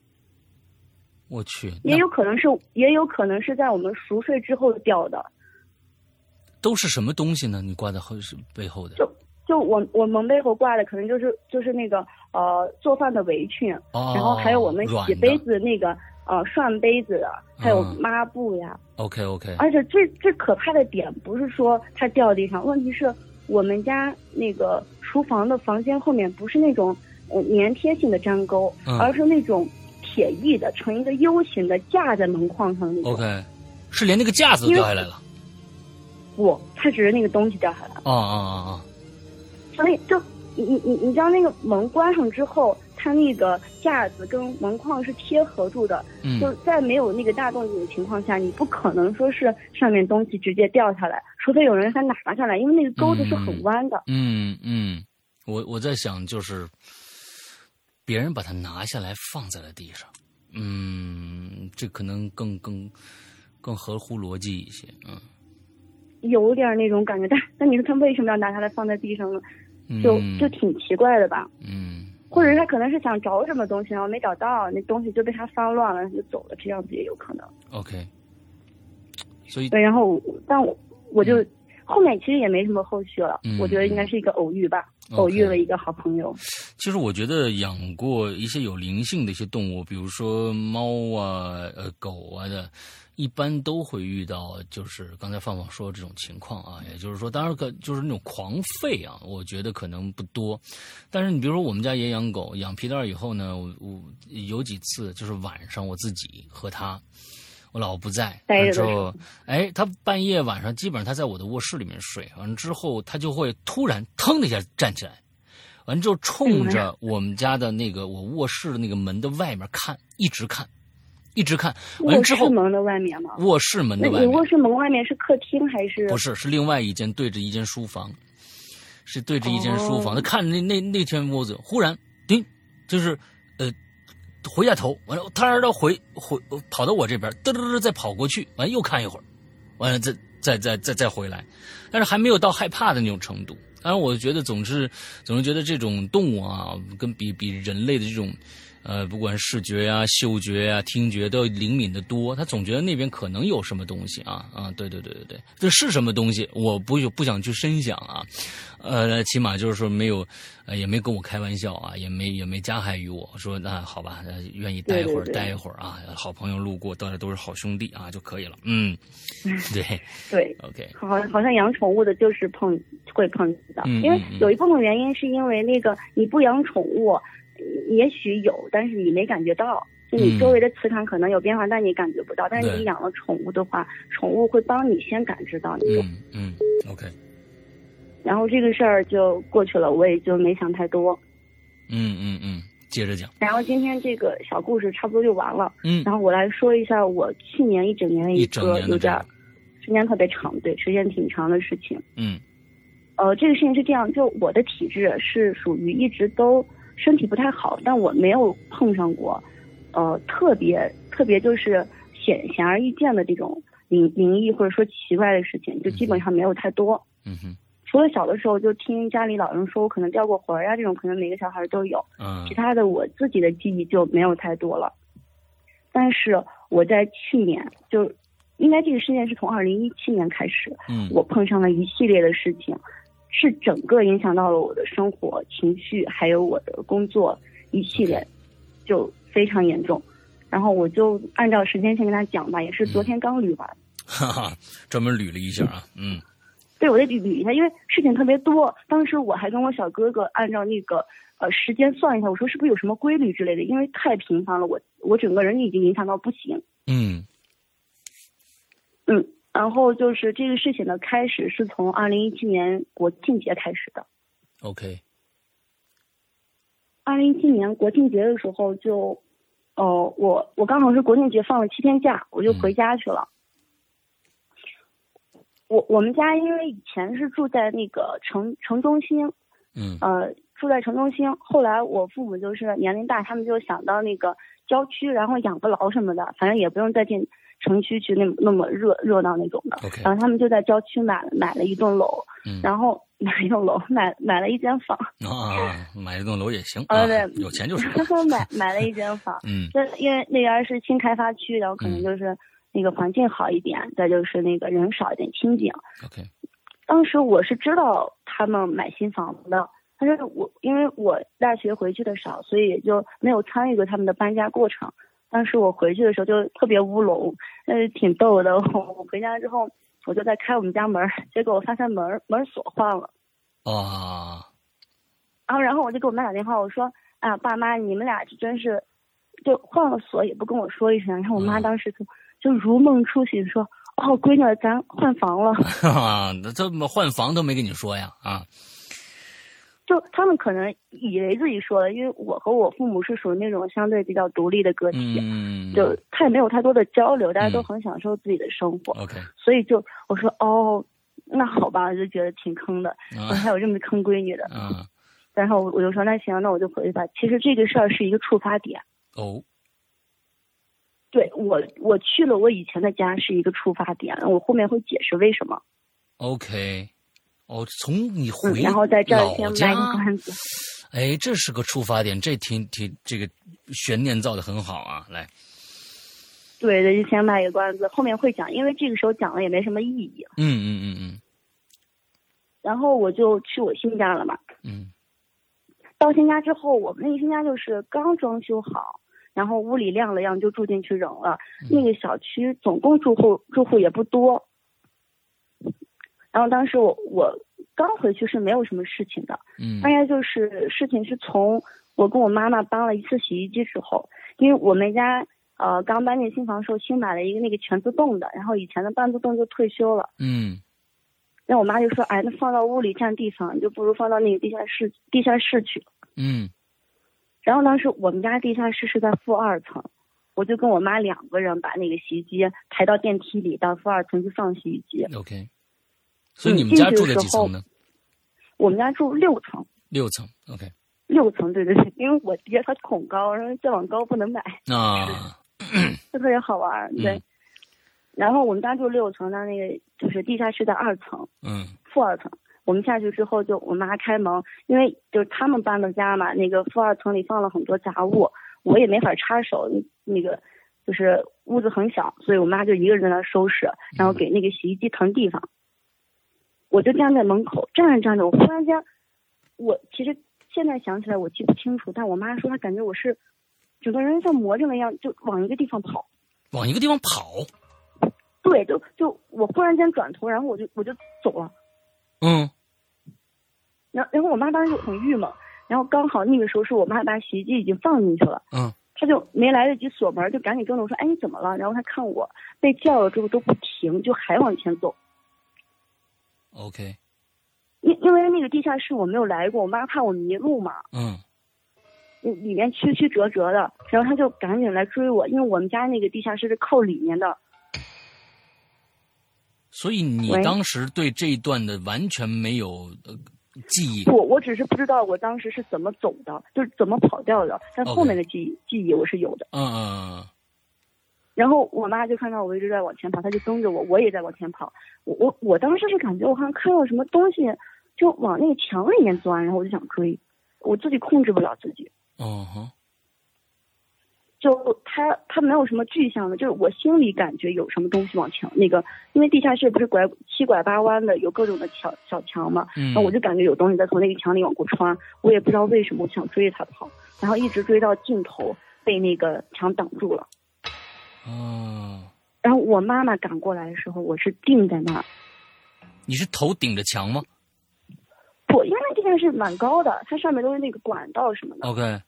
我去，
也
那
有可能是也有可能是在我们熟睡之后掉的。
都是什么东西呢？你挂在后是背后的
就就我我门背后挂的可能就是就是那个呃做饭的围裙，
哦，
然后还有我们洗
软的
杯子那个呃涮杯子的，还有
嗯
抹布呀。
OK OK，
而且最最可怕的点不是说它掉地上，问题是我们家那个厨房的房间后面不是那种呃粘贴性的粘钩，
嗯
而是那种铁艺的，成一个 U 型的架在门框上的那种。
OK，是连那个架子都掉下来了，
不，它只是那个东西掉下来了，
啊啊啊啊，
所以就你你你你知道那个门关上之后，它那个架子跟门框是贴合住的，
嗯
就在没有那个大动静的情况下，你不可能说是上面东西直接掉下来，除非有人把它拿下来，因为那个钩子是很弯的。
嗯嗯，我我在想就是，别人把它拿下来放在了地上，嗯，这可能更更更合乎逻辑一些，嗯
有点那种感觉，但但你说他为什么要拿它来放在地上呢？
嗯
就就挺奇怪的吧。
嗯
或者是他可能是想找什么东西，然后没找到，那东西就被他翻乱了，他就走了，这样子也有可能。
OK，所以
对，然后我但我我就后面其实也没什么后续了，
嗯
我觉得应该是一个偶遇吧，
OK
偶遇了一个好朋友。
其实我觉得养过一些有灵性的一些动物，比如说猫啊、呃狗啊的，一般都会遇到就是刚才范范说的这种情况啊，也就是说，当然可就是那种狂吠啊，我觉得可能不多。但是你比如说我们家也养狗，养皮蛋儿以后呢，我我有几次就是晚上我自己和它。我老婆不在，
待着
完
的
之后，哎，她半夜晚上基本上她在我的卧室里面睡，完了之后她就会突然腾的一下站起来，完之后冲着
嗯
我们家的那个我卧室的那个门的外面看，一直看，一直看。完
卧
之
室
后，
门的外面吗？
卧室门
那
的外
你
面
卧室门外面是客厅还是？
不是，是另外一间对着一间书房，是对着一间书房。他
哦
看那那那天屋子，忽然叮，就是呃回下头，完了，他他回回跑到我这边，嘚嘚嘚再跑过去，完了又看一会儿，完了再再再再再回来，但是还没有到害怕的那种程度。当然，我觉得总是总是觉得这种动物啊，跟比比人类的这种，呃，不管视觉啊、嗅觉啊、听觉都要灵敏的多。他总觉得那边可能有什么东西啊啊！对对对对对，这是什么东西？我不不想去深想啊，呃，起码就是说没有，呃，也没跟我开玩笑啊，也没也没加害于我。说那好吧，呃愿意待一会儿
对对对
待一会儿啊，好朋友路过，大家都是好兄弟啊就可以了。 嗯，对
对，
，OK，
好，好像养宠物的就是碰会碰到，
嗯
因为
嗯嗯
有一部分原因是因为那个你不养宠物，也许有，但是你没感觉到。就你周围的磁场可能有变化，但你感觉不到。但
嗯
是
对
你养了宠物的话，宠物会帮你先感知到你。
嗯嗯，OK，
然后这个事儿就过去了，我也就没想太多。
嗯嗯嗯，接着讲，
然后今天这个小故事差不多就完了。
嗯，
然后我来说一下我去年一整年的
一整
个
年的
有点
这
儿
个
时间特别长，对，时间挺长的事情。
嗯
呃，这个事情是这样，就我的体质是属于一直都身体不太好，但我没有碰上过，呃，特别特别就是显显而易见的这种灵灵异或者说奇怪的事情，就基本上没有太多。
嗯哼，
除了小的时候就听家里老人说我可能掉过魂儿呀、啊这种，可能每个小孩都有，
啊
其他的我自己的记忆就没有太多了。但是我在去年就，应该这个事件是从二零一七年开始，
嗯
我碰上了一系列的事情，是整个影响到了我的生活、情绪，还有我的工作，一系列就非常严重。然后我就按照时间线跟他讲吧，也是昨天刚捋完，
哈哈，专门捋了一下啊，嗯
对我得捋捋一下，因为事情特别多。当时我还跟我小哥哥按照那个呃时间算一下，我说是不是有什么规律之类的，因为太频繁了，我我整个人已经影响到不行。
嗯
嗯，然后就是这个事情的开始是从二零一七年国庆节开始的。
，OK，
二零一七年国庆节的时候就，呃，我我刚好是国庆节放了七天假，我就回家去了。我我们家因为以前是住在那个城城中心，
嗯
呃，住在城中心。后来我父母就是年龄大，他们就想到那个郊区，然后养个老什么的，反正也不用再进城区去那么那么热热闹那种的。
，OK，
然后他们就在郊区买了买了一栋楼，
哎嗯
然后 买了一栋楼，买买了一间房，
啊，买一栋楼也行
呃
啊，
对，
有钱就是
买买了一间房。
嗯
这因为那边是新开发区，然后可能就是那个环境好一点，再就是那个人少一点，清静。
，OK，
当时我是知道他们买新房的，但是我因为我大学回去的少，所以也就没有参与过他们的搬家过程。当时我回去的时候就特别乌龙，呃，挺逗的。 我我回家之后，我就在开我们家门儿，结果我发现门儿门儿锁换了。
啊，
然后然后我就给我妈打电话，我说啊，爸妈，你们俩这真是，就换了锁也不跟我说一声。然后我妈
嗯
当时就就如梦初醒说，哦，闺女儿，咱换房 了。
哈哈，那这么换房都没跟你说呀？啊，
就他们可能以为自己说了，因为我和我父母是属于那种相对比较独立的个体，
嗯，
就他也没有太多的交流，大家都
嗯
很享受自己的生活，
OK，
所以就我说哦。那好吧，我就觉得挺坑的，
啊
我还有这么坑闺女的。
啊
然后我就说那行，那我就回去吧。其实这个事儿是一个触发点，
哦，
对我，我去了我以前的家是一个触发点，我后面会解释为什么。
OK，哦，从你
嗯
回，
然后在这儿先
老
卖个
家，
关子。
哎，这是个触发点，这挺挺这个悬念造的很好啊！来，
对对，就先卖个关子，后面会讲，因为这个时候讲了也没什么意义。
嗯嗯嗯
然后我就去我新家了嘛，
嗯
到新家之后，我们那个新家就是刚装修好，然后屋里亮了亮，就住进去人了。
嗯
那个小区总共住户住户也不多，然后当时我我刚回去是没有什么事情的，
嗯
大
嗯，
概就是事情是从我跟我妈妈搬了一次洗衣机之后，因为我们家呃刚搬进新房的时候，新买了一个那个全自动的，然后以前的半自动就退休了。
嗯
然后我妈就说：“哎，那放到屋里占地方，你就不如放到那个地下室地下室去。
嗯”
然后当时我们家地下室是在负二层，我就跟我妈两个人把那个洗衣机抬到电梯里，到负二层去放洗衣机。
，OK，所以你们家住的几层呢？
我们家住六层，
六层，OK，
六层对对对，因为我爹他恐高，然后再往高不能买。
啊，
就特别好玩儿，对。
嗯
然后我们家住六层，那那个就是地下室在二层，
嗯
负二层。我们下去之后就，我妈开门，因为就是他们搬的家嘛，那个负二层里放了很多杂物，我也没法插手，那个就是屋子很小，所以我妈就一个人在那儿收拾，然后给那个洗衣机腾地方。我就站在门口站着站着，我忽然间，我其实现在想起来我记不清楚，但我妈说她感觉我是整个人像魔怔了一样，就往一个地方跑。
往一个地方跑，
对，就就我忽然间转头，然后我就我就走了，
嗯
然后然后我妈当时就很郁闷，然后刚好那个时候是我妈把洗衣机已经放进去了，
嗯
他就没来得及锁门，就赶紧跟着我说：“哎，你怎么了？”然后他看我被叫了之后都不停，就还往前走。
OK，
因因为那个地下室我没有来过，我妈怕我迷路嘛，
嗯
嗯里面曲曲折折的，然后他就赶紧来追我，因为我们家那个地下室是靠里面的，
所以你
喂
当时对这一段的完全没有、呃、记忆。
我我只是不知道我当时是怎么走的，就是怎么跑掉的，但后面的记忆记忆我是有的。
嗯嗯嗯
然后我妈就看到我一直在往前跑，她就跟着我，我也在往前跑。我我我当时是感觉我好像看到什么东西，就往那个墙里面钻，然后我就想追，我自己控制不了自己。
嗯，哦哈，
就他他没有什么具象的，就是我心里感觉有什么东西往墙那个，因为地下室不是拐七拐八弯的，有各种的小小墙嘛，
嗯
然后我就感觉有东西在从那个墙里往过穿，我也不知道为什么，我想追着他跑，然后一直追到尽头，被那个墙挡住了。
哦，
然后我妈妈赶过来的时候，我是定在那儿，
你是头顶着墙吗
不，因为那地下室蛮高的，它上面都是那个管道什么的，
？OK，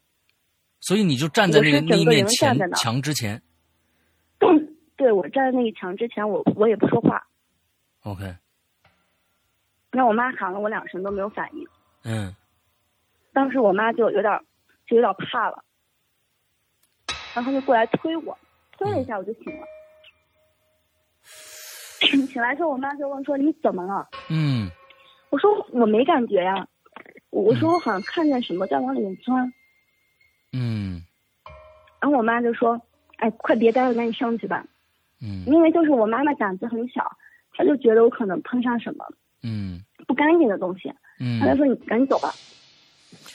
所以你就站在那
我是整个
那一面
人
前
站在那儿
墙之前。
对我站在那个墙之前，我我也不说话，
OK，
那我妈喊了我两声都没有反应，
嗯
当时我妈就有点儿就有点儿怕了，然后她就过来推我，推了一下我就醒了。 醒来之后，我妈就问说：“你怎么了
嗯？”
我说：“我没感觉呀、我我说：“我好像看见什么在往里面钻。
嗯”
然后我妈就说：“哎，快别待了，赶紧上去吧。”
嗯
因为就是我妈妈胆子很小，她就觉得我可能碰上什么
嗯
不干净的东西，她就
嗯
说：“你赶紧走吧。”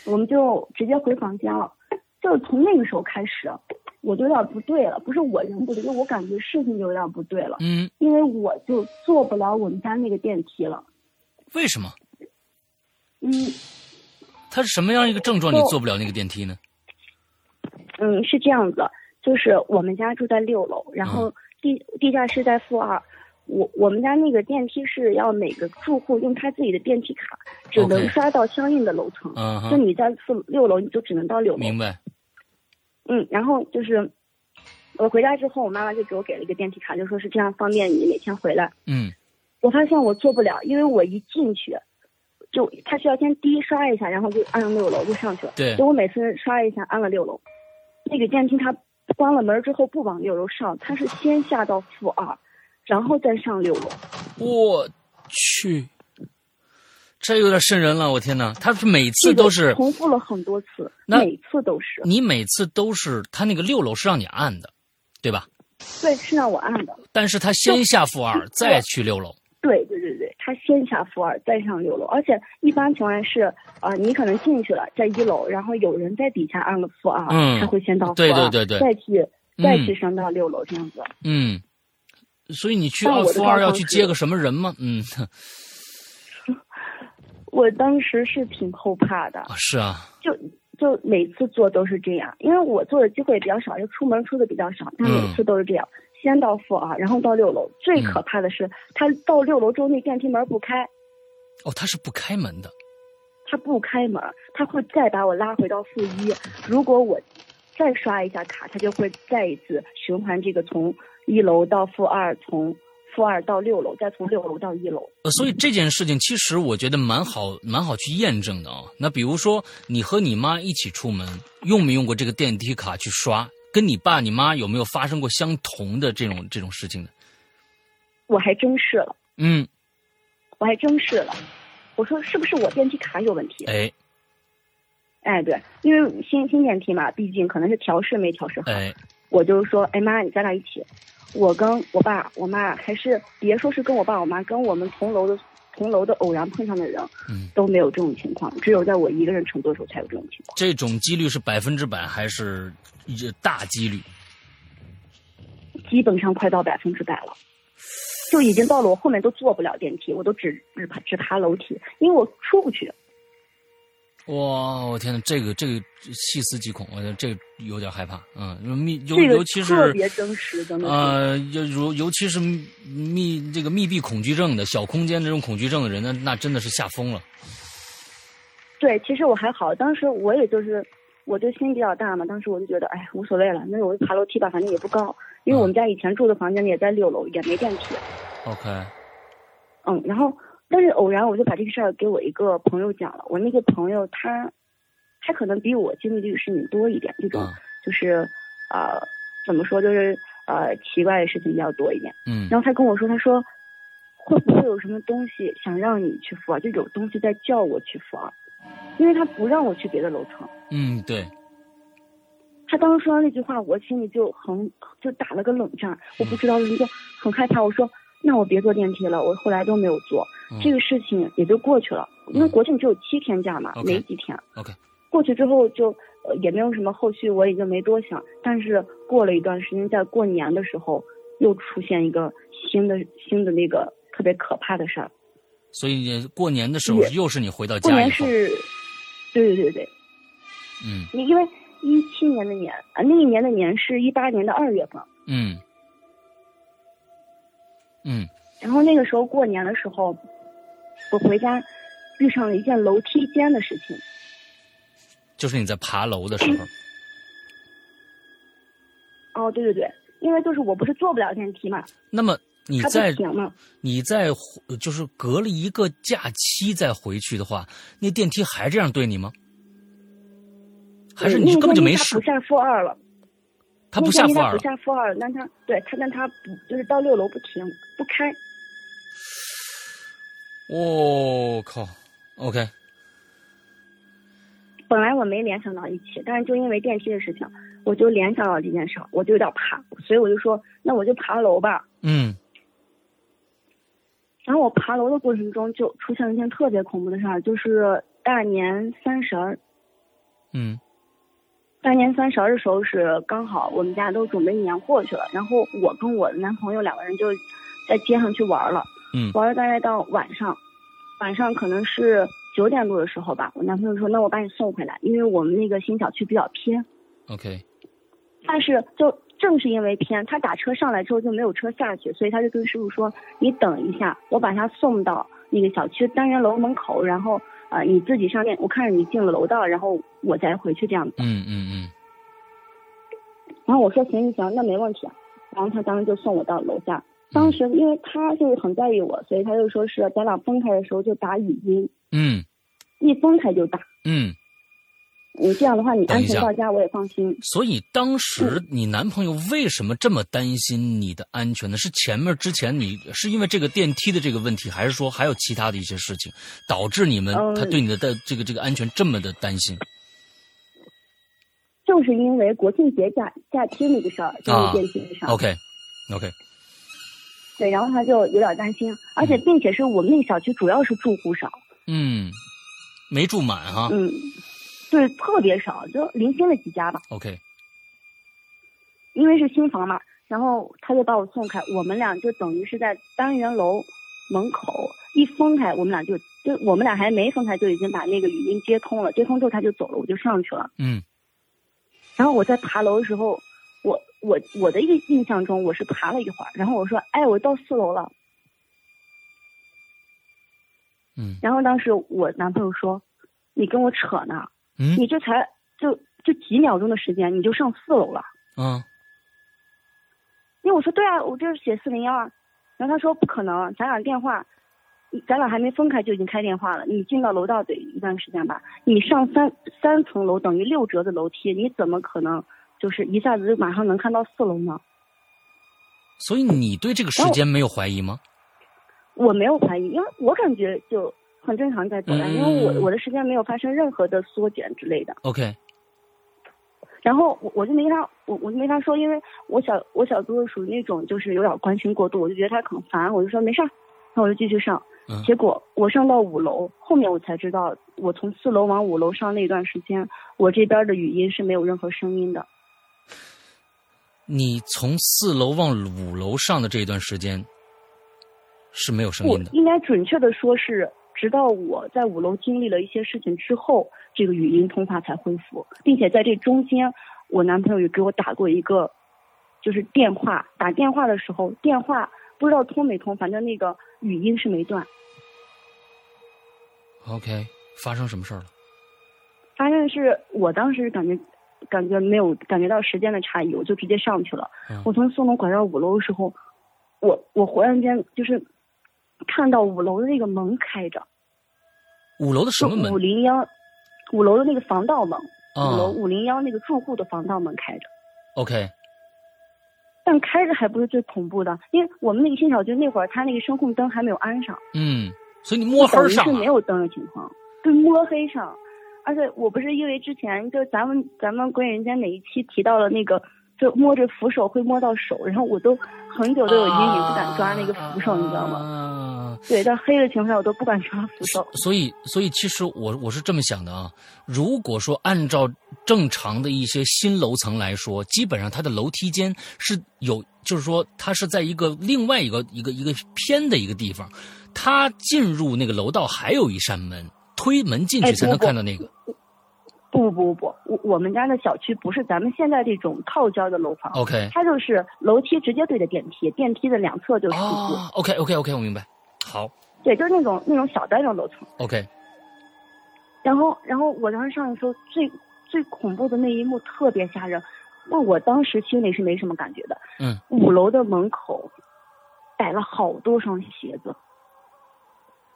我们就直接回房间了。就是从那个时候开始，我就有点不对了，不是我人不对，就我感觉事情就有点不对了，
嗯，
因为我就坐不了我们家那个电梯了。
为什么？
嗯
它是什么样一个症状？你
就
坐不了那个电梯呢？
嗯，是这样子，就是我们家住在六楼，
嗯
然后地地下室在负二。我我们家那个电梯是要每个住户用他自己的电梯卡，只能
OK
刷到相应的楼层。
嗯
就
哼，
你在四六楼，你就只能到六楼。
明白。
嗯，然后就是我回家之后，我妈妈就给我给了一个电梯卡，就说是这样方便你每天回来。
嗯
我发现我做不了，因为我一进去，就他需要先滴刷一下，然后就按六楼就上去了。
对
结果每次刷一下按了六楼，那个电梯它关了门之后不往六楼上，它是先下到负二，然后再上六楼。
我去，这有点瘆人了！我天哪，他是每次
这个
都是
重复了很多次，
那
每次都是。
你每次都是他那个六楼是让你按的，对吧？
对，是让我按的。
但是他先下负二，再去六楼。
对对对对，他先下负二，再上六楼，而且一般情况下是，啊、你可能进去了，在一楼，然后有人在底下按了负二、
嗯
他会先到负
对
二，
对对对
再去
嗯
再去升到六楼这样子。
嗯，所以你去
但
二
我的
负二
状况
要去接
是
个什么人吗？嗯，
我当时是挺后怕的，
啊是啊，
就就每次做都是这样，因为我做的机会比较少，就出门出的比较少，但每次都是这样，先到负二，然后到六楼。最可怕的是，他到六楼之后，那电梯门不开，
哦，他是不开门的。
他不开门，他会再把我拉回到负一。如果我再刷一下卡，他就会再一次循环这个从一楼到负二，从负二到六楼，再从六楼到一楼。
呃，所以这件事情其实我觉得蛮好，蛮好去验证的啊、那比如说，你和你妈一起出门，用没用过这个电梯卡去刷？跟你爸、你妈有没有发生过相同的这种这种事情呢？
我还真试了，
嗯，
我还真试了。我说是不是我电梯卡有问题？
哎
哎，对，因为新新电梯嘛，毕竟可能是调试没调试好。
哎，
我就说，哎妈，你咱俩一起。我跟我爸、我妈，还是别说是跟我爸、我妈，跟我们同楼的同楼的偶然碰上的人，
嗯
都没有这种情况，只有在我一个人乘坐的时候才有这种情况。
这种几率是百分之百还是呃大几率？
基本上快到百分之百了，就已经到了我后面都坐不了电梯，我都只只爬只爬楼梯，因为我出不去。
哇，我天呐，这个这个细思极恐，我觉得这个有点害怕，嗯，密尤
这个
尤其是
特别真实真的是
呃，尤如尤其是密这个密闭恐惧症的小空间这种恐惧症的人，那那真的是吓疯了，
对，其实我还好，当时我也就是我就心比较大嘛，当时我就觉得，哎，无所谓了，那我就爬楼梯吧，反正也不高，因为我们家以前住的房间也在六楼，也没电梯。
，OK，
嗯，然后但是偶然我就把这个事儿给我一个朋友讲了，我那个朋友他，他可能比我经历这个事情多一点，这种
啊
就是呃怎么说就是呃奇怪的事情比较多一点。
嗯
然后他跟我说，他说会不会有什么东西想让你去福尔，就有东西在叫我去福尔，因为他不让我去别的楼层。
嗯，对，
他当时说完那句话，我心里就很就打了个冷战，我不知道为什么
嗯
就很害怕。我说那我别坐电梯了，我后来都没有坐，
嗯
这个事情也就过去了。因为国庆只有七天假嘛，
OK
没几天。
OK
过去之后就呃也没有什么后续，我也就没多想。但是过了一段时间，在过年的时候又出现一个新的新的那个特别可怕的事儿。
所以过年的时候
也
又是你回到
过
家
年
以后，
是，对对对对，
嗯
因因为一七年的年啊，那一年的年是一八年的二月份。
嗯嗯
然后那个时候过年的时候，我回家遇上了一件楼梯间的事情。
就是你在爬楼的时
嗯
候，
哦，对对对，因为就是我不是坐不了电梯嘛，
那么你
它
在
不停嘛。
你在回就是隔了一个假期再回去的话，那电梯还这样对你吗？还是
嗯
你
那
根本就
天
没
它
事
不？下负二了，
它不
那
下
天
负
它
二
不
了，
下负二了，但它对它但它不就是到六楼不停不开。
我、哦靠！OK，
本来我没联想到一起，但是就因为电梯的事情，我就联想到这件事儿，我就有点怕，所以我就说那我就爬楼吧。
嗯
然后我爬楼的过程中就出现了一件特别恐怖的事儿，就是大年三十儿，
嗯
大年三十儿的时候是刚好我们家都准备年货去了，然后我跟我的男朋友两个人就在街上去玩了，
嗯
玩了大概到晚上，晚上可能是九点多的时候吧，我男朋友说那我把你送回来，因为我们那个新小区比较偏，
，OK，
但是就正是因为偏，他打车上来之后就没有车下去，所以他就跟师傅说你等一下，我把他送到那个小区单元楼门口，然后呃你自己上电，我看着你进了楼道，然后我再回去这样子。
嗯嗯嗯
然后我说行行行，那没问题。啊然后他当时就送我到楼下。当时因为他就是很在意我，所以他就说是咱俩分开的时候就打语音，
嗯
一分开就打。
嗯。
你这样的话，你
等
安
一下
全到家我也放心。
所以当时
嗯
你男朋友为什么这么担心你的安全呢？是前面之前你是因为这个电梯的这个问题，还是说还有其他的一些事情导致你们、
嗯
他对你的的这个这个安全这么的担心？
正是因为国庆节假假期那个事儿，就是电梯的事儿。
OK OK，
对，然后他就有点担心，而且并且是我们那小区主要是住户少，
嗯，没住满哈。
嗯，对，特别少，就零星的几家吧，
OK，
因为是新房嘛。然后他就把我送开，我们俩就等于是在单元楼门口一分开，我们俩就就我们俩还没分开就已经把那个语音接通了，接通之后他就走了，我就上去了。
嗯
然后我在爬楼的时候，我我我的印印象中我是爬了一会儿，然后我说，哎，我到四楼了。
嗯
然后当时我男朋友说，你跟我扯呢，
嗯
你这才就就几秒钟的时间，你就上四楼了。
啊
因为我说对啊，我这是写四零幺啊。然后他说不可能，咱俩电话，你咱俩还没分开就已经开电话了。你进到楼道得一段时间吧，你上三三层楼等于六折的楼梯，你怎么可能就是一下子就马上能看到四楼呢？
所以你对这个时间没有怀疑吗？
我没有怀疑，因为我感觉就很正常在走来，因为我
嗯
我的时间没有发生任何的缩减之类的。
OK，
然后我我就没跟他，我我就没跟他说，因为我小我小姑子属于那种就是有点关心过度，我就觉得她很烦，我就说没事儿，那我就继续上
嗯。
结果我上到五楼，后面我才知道，我从四楼往五楼上那段时间，我这边的语音是没有任何声音的。
你从四楼往五楼上的这一段时间是没有声
我
音的。
应该准确的说是，直到我在五楼经历了一些事情之后，这个语音通话才恢复，并且在这中间，我男朋友也给我打过一个，就是电话。打电话的时候，电话不知道通没通，反正那个语音是没断。
OK，发生什么事儿了？
发现是我当时感觉感觉没有感觉到时间的差异，我就直接上去了。
嗯
我从松龙拐到五楼的时候，我我忽然间就是看到五楼的那个门开着，
五楼的什
是
么门
五零幺，五楼的那个防盗门，五
啊
楼五零幺那个住户的防盗门开着。
？OK，
但开着还不是最恐怖的，因为我们那个新小区那会儿，它那个声控灯还没有安上，
嗯，所以你摸黑
等
儿
于
上
是
啊
没有灯的情况，对，摸黑上。而且我不是因为之前就咱们咱们归人间哪一期提到了那个，就摸着扶手会摸到手，然后我都很久都有阴影，不敢抓那个扶
啊
手，你知道吗？
吗？
对，在黑的情况下我都不敢抓扶手。
所以，所以其实我我是这么想的啊，如果说按照正常的一些新楼层来说，基本上它的楼梯间是有，就是说它是在一个另外一个一个一个偏的一个地方，它进入那个楼道还有一扇门，推门进去
哎
才能
不不
看到那个。
不不不不，我我们家的小区不是咱们现在这种套间的楼房，
OK，
它就是楼梯直接对着电梯，电梯的两侧就是地库，
啊，OK OK OK，我明白。好
对，就是那种那种小单元楼层。
，OK，
然后，然后我当时上的时候最最恐怖的那一幕特别吓人，但我当时心里是没什么感觉的。
嗯，
五楼的门口摆了好多双鞋子，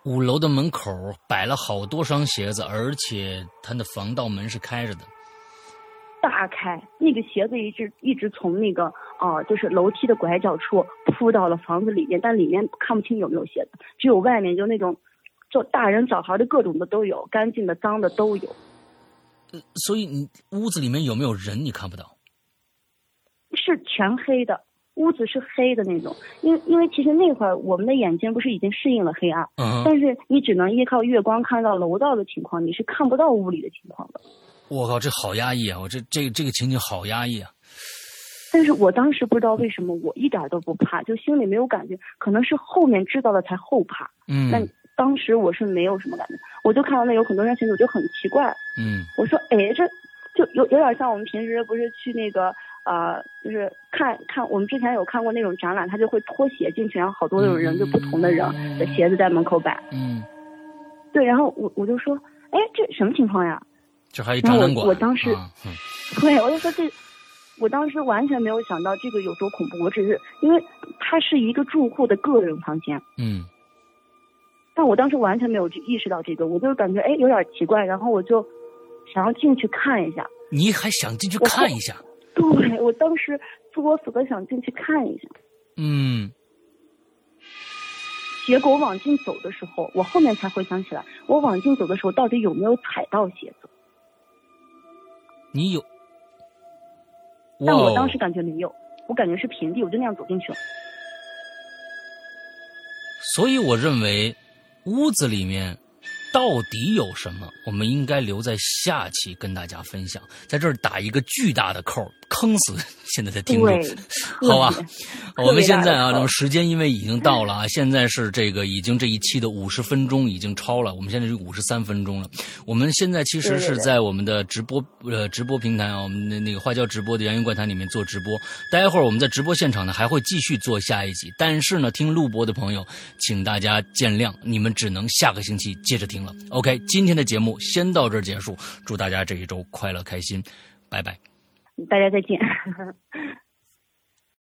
五楼的门口摆了好多双鞋子，而且它的防盗门是开着的。
大开那个鞋子一直一直从那个啊、呃就是楼梯的拐角处扑到了房子里面，但里面看不清有没有鞋子，只有外面就那种。就大人小孩的各种的都有，干净的、脏的都有，
所以你屋子里面有没有人你看不到？
是全黑的，屋子是黑的那种。因为因为其实那会儿我们的眼睛不是已经适应了黑暗，
嗯哼，
但是你只能依靠月光看到楼道的情况，你是看不到屋里的情况的。
我靠，这好压抑啊！我这这个这个情景好压抑啊！
但是我当时不知道为什么，我一点都不怕，就心里没有感觉，可能是后面知道了才后怕。
嗯
但当时我是没有什么感觉，我就看到那有很多人群，我就很奇怪，
嗯
我说，哎，这就有有点像我们平时不是去那个呃，就是看看我们之前有看过那种展览，他就会脱鞋进去，然后好多种人就不同的人的鞋子在门口摆。
嗯，
对，然后我我就说，哎，这什么情况呀？
这还有一展览
那
馆。
我我当时
啊嗯
对，我就说这，我当时完全没有想到这个有多恐怖，我只是因为它是一个住户的个人房间，
嗯
但我当时完全没有意识到这个，我就感觉哎有点奇怪，然后我就想要进去看一下。
你还想进去看一下？
对我当时作死的想进去看一下，
嗯
结果往进走的时候，我后面才回想起来，我往进走的时候到底有没有踩到鞋子？
你有。哇
但
哦
我当时感觉没有，我感觉是平地，我就那样走进去了。
所以我认为，屋子里面到底有什么，我们应该留在下期跟大家分享。在这儿打一个巨大的扣，坑死现在的听众
对。，
好吧
特别
我们现在啊，
嗯特别大的扣
那么时间因为已经到了啊，现在是这个已经这一期的五十分钟已经超了，我们现在是五十三分钟了。我们现在其实
对对
是
对
在我们的直播呃直播平台啊，我们的那个花椒直播的圆圆怪谈里面做直播。待会儿我们在直播现场呢还会继续做下一集，但是呢，听录播的朋友，请大家见谅，你们只能下个星期接着听了。OK，今天的节目先到这儿结
嗯
束，祝大家这一周快乐开心，拜拜。
大家再见。